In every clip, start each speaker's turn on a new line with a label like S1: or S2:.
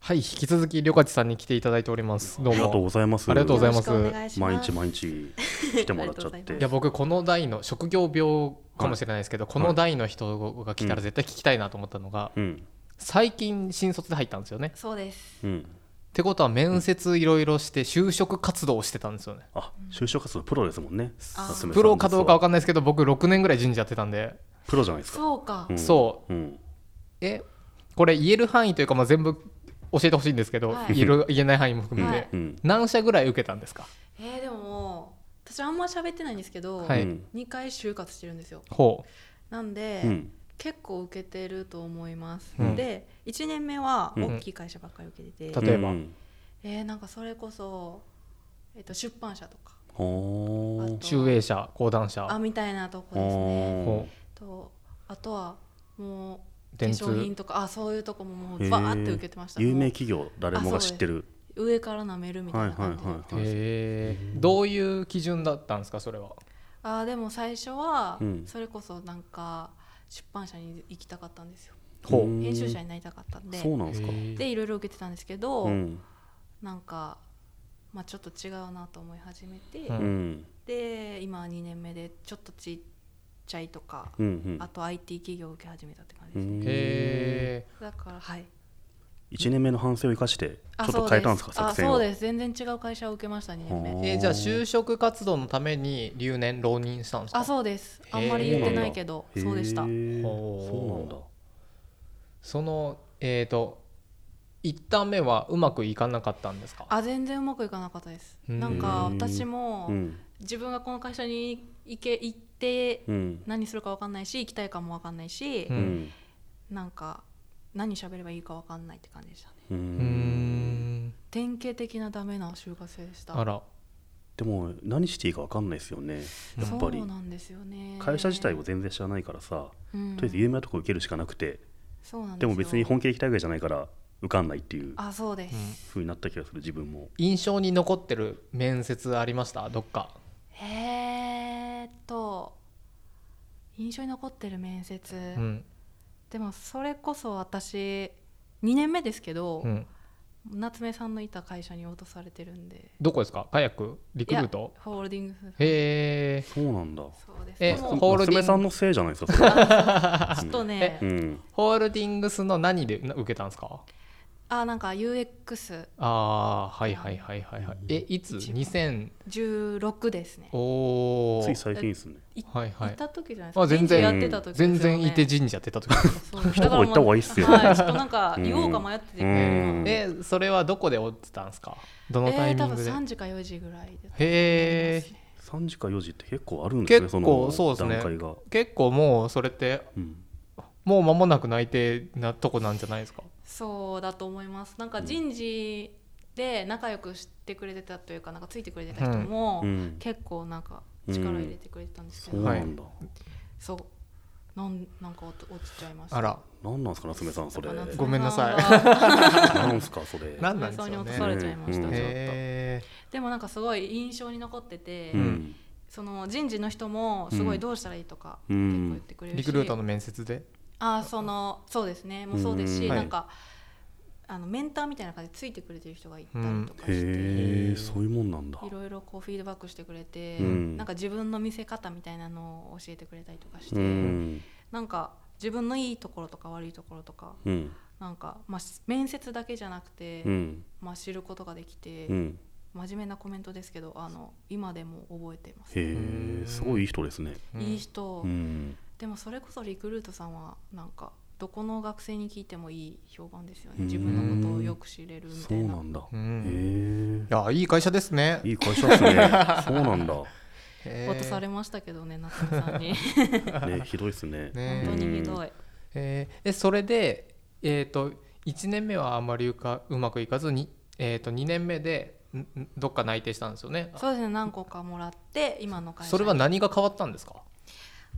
S1: はい、引き続きりょかちさんに来ていただいております。どう
S2: ありがとう
S1: も。
S2: ございます。
S1: ありがとうございます
S3: よろしくお願いします
S2: 毎日毎日来てもらっちゃっ
S3: あり
S2: て。
S3: がとうござ
S1: いや、僕この代の職業病かもしれないですけど、この代の人が来たら絶対聞きたいなと思ったのが、
S2: うん、
S1: 最近新卒で入ったんですよね。
S3: そうです。
S2: うん。
S1: ってことは面接いろいろして就職活動をしてたんですよね。
S2: あ、就職活動プロですもんね。
S3: あ
S2: 夏
S3: ー
S2: 目さん
S1: プロかどうかわ
S2: そ
S1: かんないですけど、僕6年ぐらい人事やってたんで、
S2: うプロじゃないですか。
S3: そうか
S2: う。ん。
S1: そう
S2: うん。
S1: え、これ言える範囲というか、まあ、全部教えてほしいんですけど、
S3: はい
S1: 言える言えない範囲も含めて、
S3: はい
S2: うん。
S1: 何社ぐらい受けたんですか、
S3: えー、でも私あんま喋ってないんですけど、
S1: はい
S2: うん
S3: 2回就活してるんですよ。
S1: ほ
S3: なんで、
S2: うん。
S3: 結構受けてると思います。
S1: うん
S3: で1年目は
S2: うん
S3: 大きい会社ばっかり受けてて、
S1: 例えば
S2: うん
S3: えー、なんかそれこそ、えっと出版社とか
S2: ほ
S3: あ
S2: ー
S3: と
S1: う中英社講談社
S3: あみたいなとこです
S2: ほ
S3: ね。
S1: ほ
S3: とあとはも
S1: う
S3: う化
S1: 電
S3: 粧品
S1: 通
S3: とかあそういうとこもも
S2: へ
S3: う
S2: ー
S3: バーって受けてました。
S2: 有名
S3: も
S2: 企業誰もが知ってる。
S3: う上から舐めるみたいな感じで。
S2: はいはいはいはい
S1: えーどういう基準だったんですかそれは
S3: あーでも最初は
S2: うん
S3: それこそなんか出版社に行きたかったんですよ、
S1: ほう
S2: うん
S3: 編集者になりたかったんで
S2: そうなんですか。
S3: でいろいろ受けてたんですけど、
S2: うん。
S3: なんか、まあ、ちょっと違うなと思い始めて、
S1: う
S2: うんん。
S3: で今2年目でちょっとちっちゃいとか、
S2: うんうん
S3: あ。と IT 企業を受け始めたって感じ
S2: う
S3: ですね、
S2: ん
S1: へえ
S3: だからはい
S2: 一年目の反省を生かしてちょ
S3: あ
S2: っと変えたんですか
S3: そ
S2: 作
S3: うです
S2: 戦
S3: あそ
S2: を
S3: う。です全然違う会社を受けました2年目
S2: ほ
S1: えーじゃあ就職活動のために留年浪人したんですか
S3: あそうです
S1: へー
S3: あんまり言ってないけど
S2: へー
S3: そうでした
S2: そうなんだ。
S1: そのえっ、と一旦目はうまくいかなかったんですか
S3: あ全然うまくいかなかったです
S1: うん
S3: なんか私も、
S2: うん
S3: 自分がこの会社に行け行って
S2: うん
S3: 何するか分かんないし行きたいかも分かんないし、
S1: う
S2: うんん
S3: なんか何喋ればいいか分かんないって感じでしたね
S2: う
S1: うー
S2: ん。
S1: ん
S3: 典型的なダメな就活生でした
S1: あら
S2: でも何していいか分かんないですよねやっぱり
S3: そうなんですよね
S2: 会社自体を全然知らないからさ、
S3: うん
S2: とりあえず有名なとこ受けるしかなくて、
S3: そうなんですよ
S2: でも別に本気で行きたいわけじゃないから受かんないっていう
S3: あそうです、
S2: ふうになった気がする自分も
S1: 印象に残ってる面接ありましたどっか
S3: えーっと印象に残ってる面接、
S1: うん
S3: でもそれこそ私2年目ですけど、
S1: うん
S3: 夏目さんのいた会社に落とされてるんで
S1: どこですかカヤックリクルート
S3: いやホールディングス
S1: へえ
S2: そうなんだ
S3: そうです
S1: え
S3: でも
S1: ホールディング
S2: 娘さんのせいじゃないですかそれ
S3: ちょっとね、
S2: うん
S1: ホールディングスの何でな受けたんですか
S3: あなんか UX16
S1: ああはいはいはいはいはいえいつ
S3: 一番
S1: 2000
S3: ですね
S1: おお
S2: つい最近ですね
S1: はいは
S3: 行
S1: い
S3: った時じゃないですか
S1: あ全然
S3: やってた時ですよ
S1: 全
S3: ね
S1: 然いて神社って言った時
S3: そう
S2: 一言言った方がいいっすよ
S3: だからもうはいちょっとなんか言おうか迷ってて、
S2: うんうん
S1: えそれはどこで追ってたんですかどのタ
S3: え
S1: イ
S3: ー、
S1: ミ
S3: 多
S1: ン
S3: 分
S1: グで、
S3: 3時か4時ぐらいで
S1: へー
S2: 3時か4時って結構あるんですね
S1: 結構そうです
S2: そ
S1: ね
S2: の段階が、
S1: 結構もうそれって
S2: うん
S1: もう間もなく内定なとこなんじゃないですか
S3: そうだと思いますなんか人事で仲良くしてくれてたというかなんかついてくれてた人も
S2: うん、
S3: 結構なんか力入れてくれてたんです
S2: そ
S3: けど、
S2: うなんだ、
S3: そうなんなんか落ち落ちちゃいました
S1: あら
S2: なんなんですか娘さんそれ
S3: だから夏目
S1: ごめんなさい
S3: さんが
S2: なんすかそれ
S1: なんなんで
S3: 夏目
S1: すよ
S3: さん
S1: ね
S3: に落とされちゃいました、
S2: うん
S3: ちょっと
S1: へ
S3: でもなんかすごい印象に残ってて、
S2: うん
S3: その人事の人もすごいどうしたらいいとか
S2: う
S3: 結構言っ
S2: ん
S3: てくれ
S1: え
S3: るし、
S1: リクルートの面接で
S3: あーそのそうですねもうそうですし、
S2: うん
S1: はい
S3: なんかあのメンターみたいな感じでついてくれてる人がいたりとかして、
S2: へえそういうもんなんだ
S3: いろいろこうフィードバックしてくれて、
S2: うん
S3: なんか自分の見せ方みたいなのを教えてくれたりとかして、
S2: うん
S3: なんか自分のいいところとか悪いところとか
S2: うん
S3: なんか、まあ、面接だけじゃなくて、
S2: うん
S3: まあ、知ることができて、
S2: うん
S3: 真面目なコメントですけどあの今でも覚えています、
S2: へえすごいいい人ですね
S1: うん
S3: いい人、
S2: うん
S3: でもそれこそリクルートさんはなんかどこの学生に聞いてもいい評判ですよね
S2: うん
S3: 自分のことをよく知れるみ
S2: そ
S3: た
S2: う
S3: い
S2: な
S3: なん
S2: だ
S1: う
S2: へ
S1: ん
S2: え
S1: いやいい会社ですね
S2: いい会社ですねそうなんだ
S1: へー
S3: 渡されましたけどね夏目さんに
S2: ねひどいですね
S1: ね
S3: 本
S1: え
S3: 当にひどい
S1: えーえそれで、えー、と1年目はあまりうかうまくいかずに、えー、と2年目でんんどっか内定したんですよね
S3: そうですね何個かもらって今の会社に
S1: それは何が変わったんですか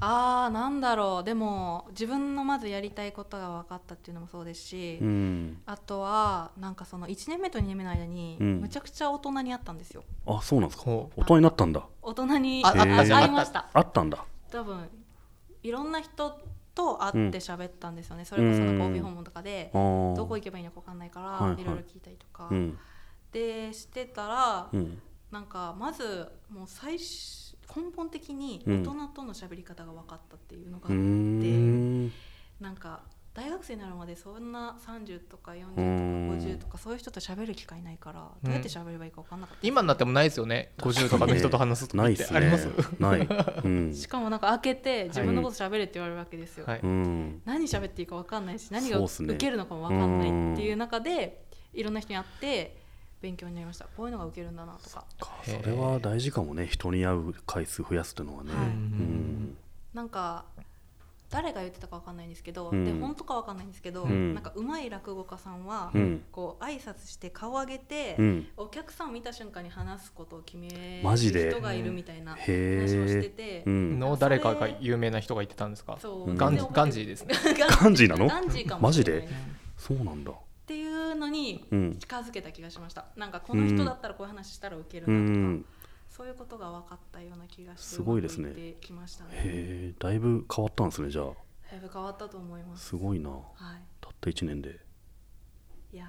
S3: あーなんだろうでも自分のまずやりたいことが分かったっていうのもそうですし、
S2: うん
S3: あとはなんかその1年目と2年目の間に
S2: うん
S3: むちゃくちゃ大人に会ったんですよ
S2: あそうなんですか
S1: ほ
S2: 大人になったんだ
S3: 大人に
S1: あ
S3: あ
S2: へー
S3: 会いました
S2: あったんだ
S3: 多分いろんな人と会って喋ったんですよね、それこそなんか帯訪問とかで、
S2: ー
S3: どこ行けばいいのか分かんないから、
S2: はい
S3: い
S2: はい
S3: ろいろ聞いたりとか、
S2: うん
S3: でしてたら、
S2: うん
S3: なんかまずもう最初根本的に
S2: う
S3: 大
S2: ん
S3: 人との喋り方が分かったっていうのが、
S2: うーん
S3: なんか大学生になるまでそんな30とか40とか
S2: うん
S3: 50とかそういう人と喋る機会ないからどうやって喋ればいいか分かんなかった、
S1: 今になってもないですよね50とかの人と話すとか
S2: な
S1: っ
S2: いってす
S1: あります
S2: ねないうん
S3: しかもなんか開けて自分のこと喋れって言われるわけですよ、
S1: はい
S2: うん
S3: 何喋っていいか分かんないし何が
S2: そうっすね
S3: 受けるのかも分かんないっていう中でいろんな人に会って勉強になりましたこういうのが受けるんだなとか
S1: へー
S2: それは大事かもね人に会う回数増やすっていうのはね
S3: はい
S2: うん
S3: なんか誰が言ってたか分かんないんですけど、
S2: うん
S3: で本当か分かんないんですけど、
S2: うん
S3: なんか上手い落語家さんは、
S2: うん
S3: こう挨拶して顔上げて、
S2: うん
S3: お客さんを見た瞬間に話すことを決め
S2: マジ
S3: る
S2: で
S3: 人がいるみたいな
S2: へー
S3: 話をしてて、
S2: うん
S1: の誰かが有名な人が言ってたんですか
S3: そう
S2: うん
S1: ガン
S3: で
S1: ガンジーですね
S3: ガンジー
S2: ガンジーなの
S3: ガンジーかもしれない
S2: マジで
S3: です
S2: そうなんだ
S3: っていうのに
S2: うん
S3: 近づけた気がしました、なんかこの人だったらこういう話したらウケる
S2: う
S3: なとか、
S2: ん
S3: そういうことが分かったような気がして
S2: すごいですね
S3: うまくってきましたね
S2: へえだいぶ変わったんですねじゃあ
S3: だいぶ変わったと思います
S2: すごいな
S3: は
S2: たった1年で
S3: いいやー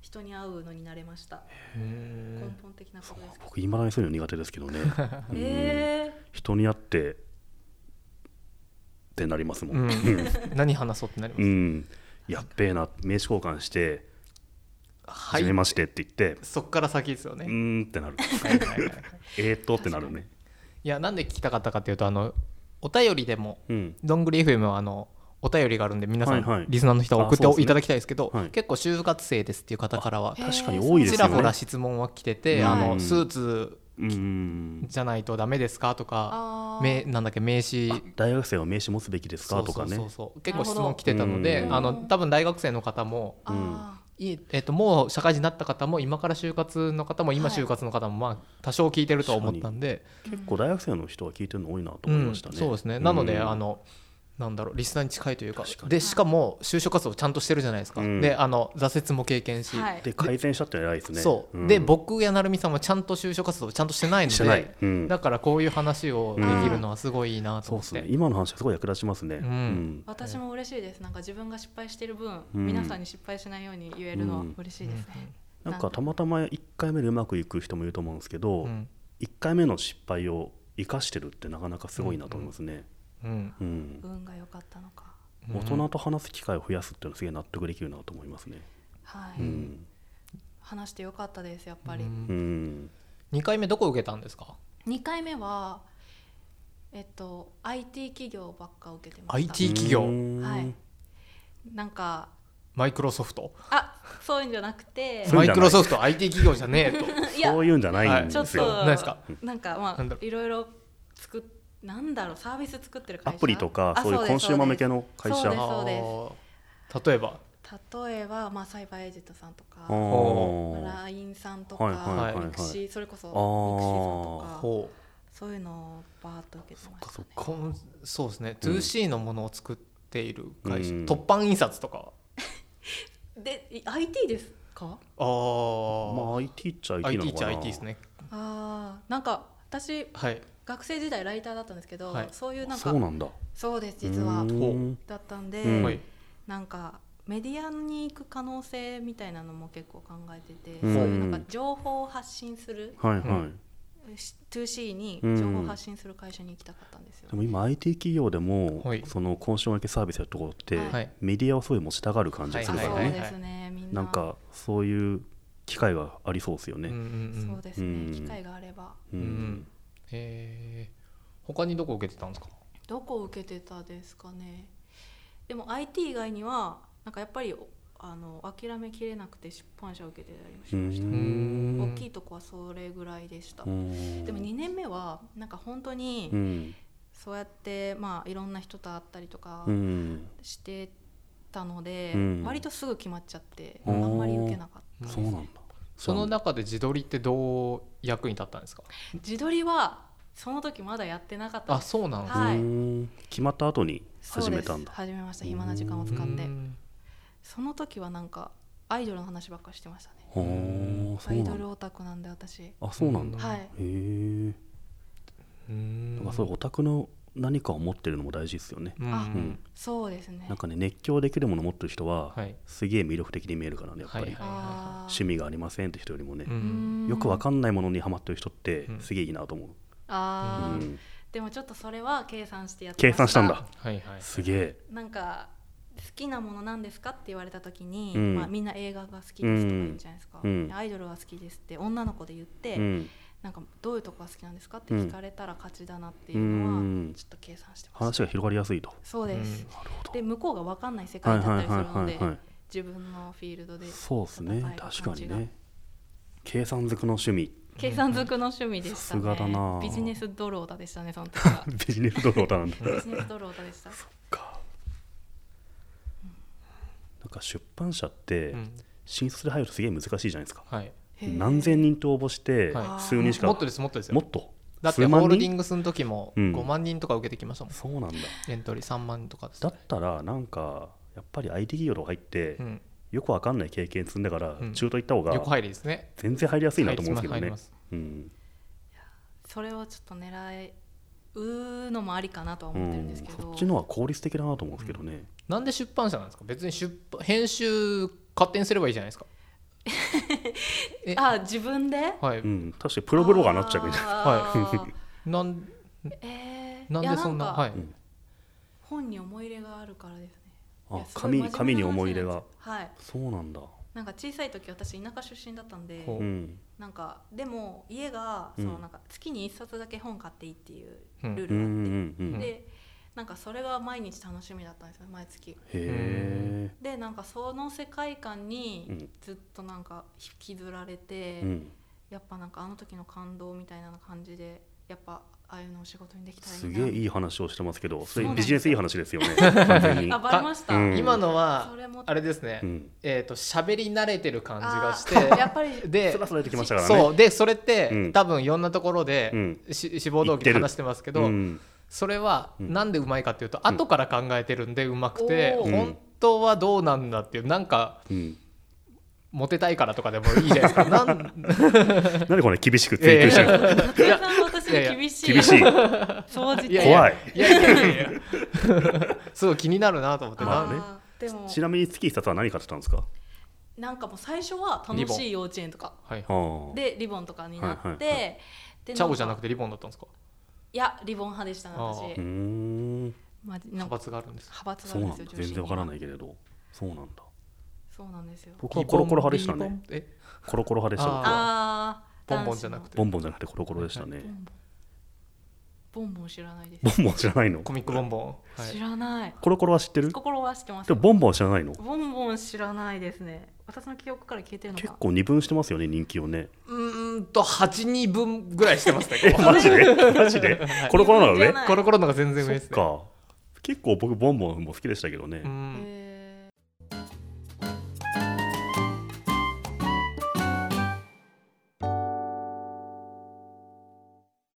S3: 人に会うのに慣れました根本的なことですけど
S2: 僕いまだにそういうの苦手ですけ どねうん
S3: え
S2: 人に会ってってなりますも
S1: うん
S2: ん、
S1: 何話そうってなり
S2: う
S1: ます
S2: ん、やっべえな名刺交換して「
S1: は
S2: はじめまして」って言って
S1: そっから先ですよ
S2: 「う
S1: ね
S2: ーん」ってなる
S1: はいはいはい
S2: 「えーっと」ってなるね
S1: いやなんで聞きたかったかというとあのお便りでも
S2: うん
S1: どんぐり FM はあのお便りがあるんで皆さん、
S2: はいはい
S1: リスナーの人は送
S2: あそうで
S1: って
S2: すね
S1: いただきたいですけど
S2: はい
S1: 結構就活生ですっていう方からは
S3: へー
S2: 確かに多いです
S1: ち
S2: よ
S1: ら
S2: ね
S1: ほら質問は来てて、
S3: うん
S1: あのスーツ
S2: うん
S1: じゃないとダメですかとか、
S3: あー
S1: めなんだっけ名刺
S2: 大学生は名刺持つべきですかとかね
S1: そうそうそう結構
S3: なるほ
S1: 質
S3: ど
S1: 問来てたので
S2: うん
S1: あの多分大学生の方も
S3: あ
S1: いえっともう社会人になった方も今から就活の方も今
S3: はい
S1: 就活の方もまあ多少聞いてるとは思ったんで、
S3: ー、
S2: 結構大学生の人は聞いてるの多いなと
S1: う
S2: 思い
S1: ん
S2: ましたね、
S1: そうですねなので、
S2: うん
S1: あのなんだろうリスナーに近いというか
S2: 確かに
S1: でしかも就職活動ちゃんとしてるじゃないですか、
S2: うん
S1: であの挫折も経験し、
S3: はい
S2: で改善したってのは偉いですね
S1: そう、
S2: ん
S1: で僕や成美さんはちゃんと就職活動ちゃんとしてないの
S2: し
S1: で
S2: てない、うん、
S1: だからこういう話をできるのはすごいいいなと
S2: そう
S1: 思
S2: で
S1: っ
S2: す
S1: て、
S2: ね今の話はすごい役立ちますね
S1: うん
S3: 私も嬉しいですなんか自分が失敗してる分、
S2: うん
S3: 皆さんに失敗しないように言えるのは嬉しいですね、
S2: なんかたまたま1回目でうまくいく人もいると思うんですけど、
S1: うん
S2: 1回目の失敗を生かしてるってなかなかすごいなと思いますね、
S1: うん
S2: うん
S3: 運が良かったのか
S1: うん
S2: 大人と話す機会を増やすっていうのはすげえ納得できるなと思いますね
S3: はい、
S2: うん、
S3: 話して良かったですやっぱり、
S1: うん
S2: うん
S1: 2回目どこ受けたんですか
S3: 2回目はえっと IT 企業ばっか受けてました
S1: IT い企業
S2: うん
S3: はいなんか
S1: マイクロソフト
S3: あそういうんじゃなくて
S2: そう
S1: マ
S2: いうん
S1: イ
S2: じゃない
S1: クロソフト IT 企業じゃねえと
S3: いや
S2: そう いうんじゃないん
S3: ちょ
S2: で
S3: っ
S2: すよ、
S3: と
S1: 何ですか
S3: なんかま
S1: な
S3: あ
S1: んだろう
S3: いろいろ作っなんだろうサービス作ってる会社
S2: アプリとか
S3: あ
S2: そういうコンシューマー向け
S3: そう
S2: の会
S3: そう
S2: 社
S3: です
S2: あ
S1: あー例えば
S3: です例えば、まあ、サイバーエージェントさんとか、ま
S2: ー
S3: あ、LINE さんとか、
S2: はいはい
S1: はいはい
S3: ミクシーそれこそミクシーさんとか
S1: ほう
S3: そういうのをバーッと受けてました
S2: そっ
S3: ね
S2: か
S1: こんそうですね 2C のものを作っている会社、
S2: うん
S1: 突版印刷とか
S3: でい IT ですか
S1: あー、
S2: まあ IT っちゃ IT な
S1: IT
S2: の
S1: っち
S2: か
S1: ゃ
S2: な
S1: IT ですね
S3: あーなんか私
S1: はい
S3: 学生時代ライターだったんですけど、
S1: はい
S3: そういうなんか
S2: そうなんだ
S3: そうです実は
S2: うん
S3: だったんで、
S2: うん
S1: はい
S3: なんかメディアに行く可能性みたいなのも結構考えてて、
S2: うん
S3: そういうなんか情報を発信する
S2: はいはい、
S1: うん
S3: し 2C に
S2: うん
S3: 情報を発信する会社に行きたかったんですよ、
S2: でも今 IT 企業でも、
S1: はい
S2: そのコンシューマー向けサービスやるところって、
S1: はい
S2: メディアをそういうの持ちたがる感じがす
S3: あ
S2: る
S1: は
S2: か
S1: い
S2: らね、
S1: はいはい
S3: そうですねみんな
S2: なんかそういう機会がありそうですよ
S1: うんうん
S2: ね。
S1: うん
S3: そうですね、
S2: うん
S3: 機会があれば
S2: う
S1: うんんへえ他にどこ受けてたんですか
S3: どこを受けてたですかねでも IT 以外にはなんかやっぱりあの諦めきれなくて出版社を受けてたりもしました、
S2: う
S3: 大きいとこはそれぐらいでした、
S2: うん
S3: でも2年目はなんか本当に
S2: うん
S3: そうやって、まあ、いろんな人と会ったりとか
S2: うん
S3: してたので、
S2: うん
S3: 割とすぐ決まっちゃって、
S2: うん
S3: あんまり受けなかった
S2: そうなんだ。
S1: その中で自撮りってどう役に立ったんですか
S3: 自撮りはその時まだやってなかった
S1: あ
S3: です
S1: そうなんです
S3: はい
S2: うん決まった後に
S3: そう
S2: 始
S3: で
S2: め
S3: す
S2: たんだ。
S3: 始めました暇な時間を使っ
S1: う
S3: て
S1: ん
S3: その時はなんかアイドルの話ばっかりしてましたね
S2: ほーそ
S3: ア
S2: うな
S3: イ
S2: ん
S3: ドル
S2: だ。
S3: オタクなんで私
S2: あそうなんだ。
S1: うん
S3: はい
S2: へえ。
S1: うん
S2: なんかそういうオタクの何かを持ってるのも大事ですよね、
S1: うん
S3: あ
S2: うん
S3: そうですね
S2: なんかね熱狂できるもの持ってる人は、
S1: はい
S2: すげえ魅力的に見えるからねやっぱ
S1: は
S2: り、
S1: いはい
S3: あー
S2: 趣味がありませんって人よりもね、
S1: う
S3: うんん
S2: よくわかんないものにハマってる人って、
S1: うん
S2: すげえいいなと思う、
S3: あー
S2: うん
S3: でもちょっとそれは計算してやってま
S2: 計算したんだ
S1: はいはい
S2: すげえ
S3: なんか好きなものなんですかって言われた時に、
S2: うん
S3: まあ、みんな映画が好きですとか言うじゃないですか、
S2: うん
S3: でアイドルが好きですって女の子で言って、
S2: うん、
S3: なんかどういうとこが好きなんですかって聞かれたら勝ちだなっていうの
S2: う
S3: は
S2: ん
S3: ちょっと計算してまし
S2: 話が広がりやすいと
S3: たそうです、
S2: なるほど
S3: で向こうが分かんない世
S2: は
S3: 界
S2: い
S3: だった
S2: は
S3: り
S2: い
S3: する
S2: は
S3: の
S2: い
S3: で、
S2: はいはい
S3: 自分のフィールドで
S2: そうですね
S3: 戦える感じ
S2: 確
S3: が
S2: かにね計算づくの趣味
S3: 計算づくの趣味でしたね
S2: さすがだな
S3: ビジネスドローだでしたねその時 は
S2: ビジネスドローだなんだ
S3: ビジネスドローだでした
S2: かなんか出版社って
S1: うん
S2: 新卒で入るとすげえ難しいじゃないですか、
S1: はい
S3: へー
S2: 何千人と応募して
S1: はい
S2: 数人しか、
S1: もっとですもっとですよ
S2: もっと
S1: だってホ
S2: 数万
S1: ールディ
S2: 人
S1: ングスの時も
S2: うん
S1: 5万人とか受けてきましたもん、
S2: そうなんだ
S1: エントリー3万とかです
S2: だったらなんかやっぱり IT 企業とか入って、
S1: うん、
S2: よくわかんない経験積んだから、
S1: うん
S2: 中途行った方が
S1: 横入りですね
S2: 全然入りやすいなと思うんですけど
S1: 入
S2: ね
S1: ります、
S2: うん、
S3: それをちょっと狙うのもありかなとは
S2: う
S3: 思ってるんで
S2: ん
S3: すけど、
S2: そっちのは効率的だなと思うんですけどね、
S1: なんで出版社なんですか別に出版編集勝手にすればいいじゃないですかえ
S3: あ自分で
S1: はい、
S2: うん確かにプロブロガーになっちゃうみた いな
S3: な
S1: なん
S3: えー、
S1: なんでそんな
S3: や
S1: は
S3: か
S1: い、
S2: うん
S3: 本に思い入れがあるからですねい
S2: あ
S3: やすごい真面目
S2: 紙
S3: な
S2: 紙に思い入れが
S3: はい
S2: そうなんだ、
S3: なんか小さい時私田舎出身だったんで
S1: ほう
S2: うん、
S3: なんかでも家が
S2: う
S3: そ
S2: ん
S3: のなんか月に1冊だけ本買っていいっていう
S1: うん
S3: ルー
S2: うんう
S3: ル
S2: んうんう
S3: があっ
S2: ん
S3: て
S2: へ
S3: でなんかそれが毎日楽しみだったんですよ毎月
S2: え
S3: でなんかその世界
S2: う
S3: 観に
S2: ん
S3: ずっとなんか引きずられて、
S2: うん
S3: やっぱなんかあの時の感動みたいな感じでやっぱああいうのを仕事にできたらいい
S2: す
S3: な
S2: げえいい話をしてますけどそれ
S3: そうなん
S2: ビ
S3: です
S2: ジネスいい話ですよね 完全に
S3: あバレました、
S2: うん
S1: 今のは
S3: それも
S1: あれですね、
S2: うん
S1: えっ、と喋り慣れてる感じがし
S3: あー やってぱり
S1: で
S2: スラスラ出てきましたからね
S1: そうでそれって、
S2: うん
S1: 多分いろんなところで、
S2: うん
S1: し志望動機で話してますけど、
S2: うん
S1: それは
S2: うん
S1: なんでうまいかっていうと、後から考えてるんでうまくて、
S3: お
S2: ー
S1: 本当はどうなんだっていうなんか
S2: うん、
S1: モテたいからとかでもいいじゃない ですかなん
S2: 何これ厳しく追求して る、
S3: 計算は私に厳しい
S2: 厳しい
S3: 掃除
S1: いや
S2: 怖い
S1: いやいやいや いやすごい気になるなと思って
S2: ま
S1: な
S2: あね
S3: でも
S2: ちなみに月一冊は何買ってたんですか
S3: なんかもう最初は楽しい幼稚園とか
S1: はいはい
S2: ああ
S3: でリボンとかになって、
S2: はいはいは
S1: チ
S3: で
S1: ャオじゃなく
S3: て
S1: てリボンだったんですか
S3: いやリボン派でしたね
S1: あ
S2: う
S3: 私
S2: ーん
S3: まあなん
S1: 派
S3: か
S1: 閥があるんです
S3: 派閥があ
S2: そう
S3: るん
S2: な
S3: で
S2: ん
S3: す
S2: だ
S3: よ
S2: 全然わからないいけれどそうなんだ
S3: そうなんですよ
S2: 僕はコロコロ派でした
S1: リボ
S2: ね
S1: ンえ
S2: コロコロ派でした僕は
S3: ああ
S1: ボンボンじゃなくて
S2: ボンボンじゃなくてコロコロでしたね、
S3: ボンボン知らないです
S2: ボンボン知らないの
S1: コミックボンボン、は
S3: 知
S1: い、
S3: らない
S2: コロコロは知ってる
S3: 心は知ってます
S2: で
S3: よ
S2: もボンボンは知らないの
S3: ボンボン知らないですね私の記憶から消えてるの
S2: 結
S3: か
S2: 構二分してますよね人気をね
S1: うーんと82分ぐらいしてましたけど
S2: マジで マジでコロコロなの
S3: じ
S2: 上
S3: ゃない
S1: コロコロのが全然上
S2: そ
S1: で
S2: っ
S1: すね
S2: か結構僕ボンボンも好きでしたけどね、
S1: うん
S3: え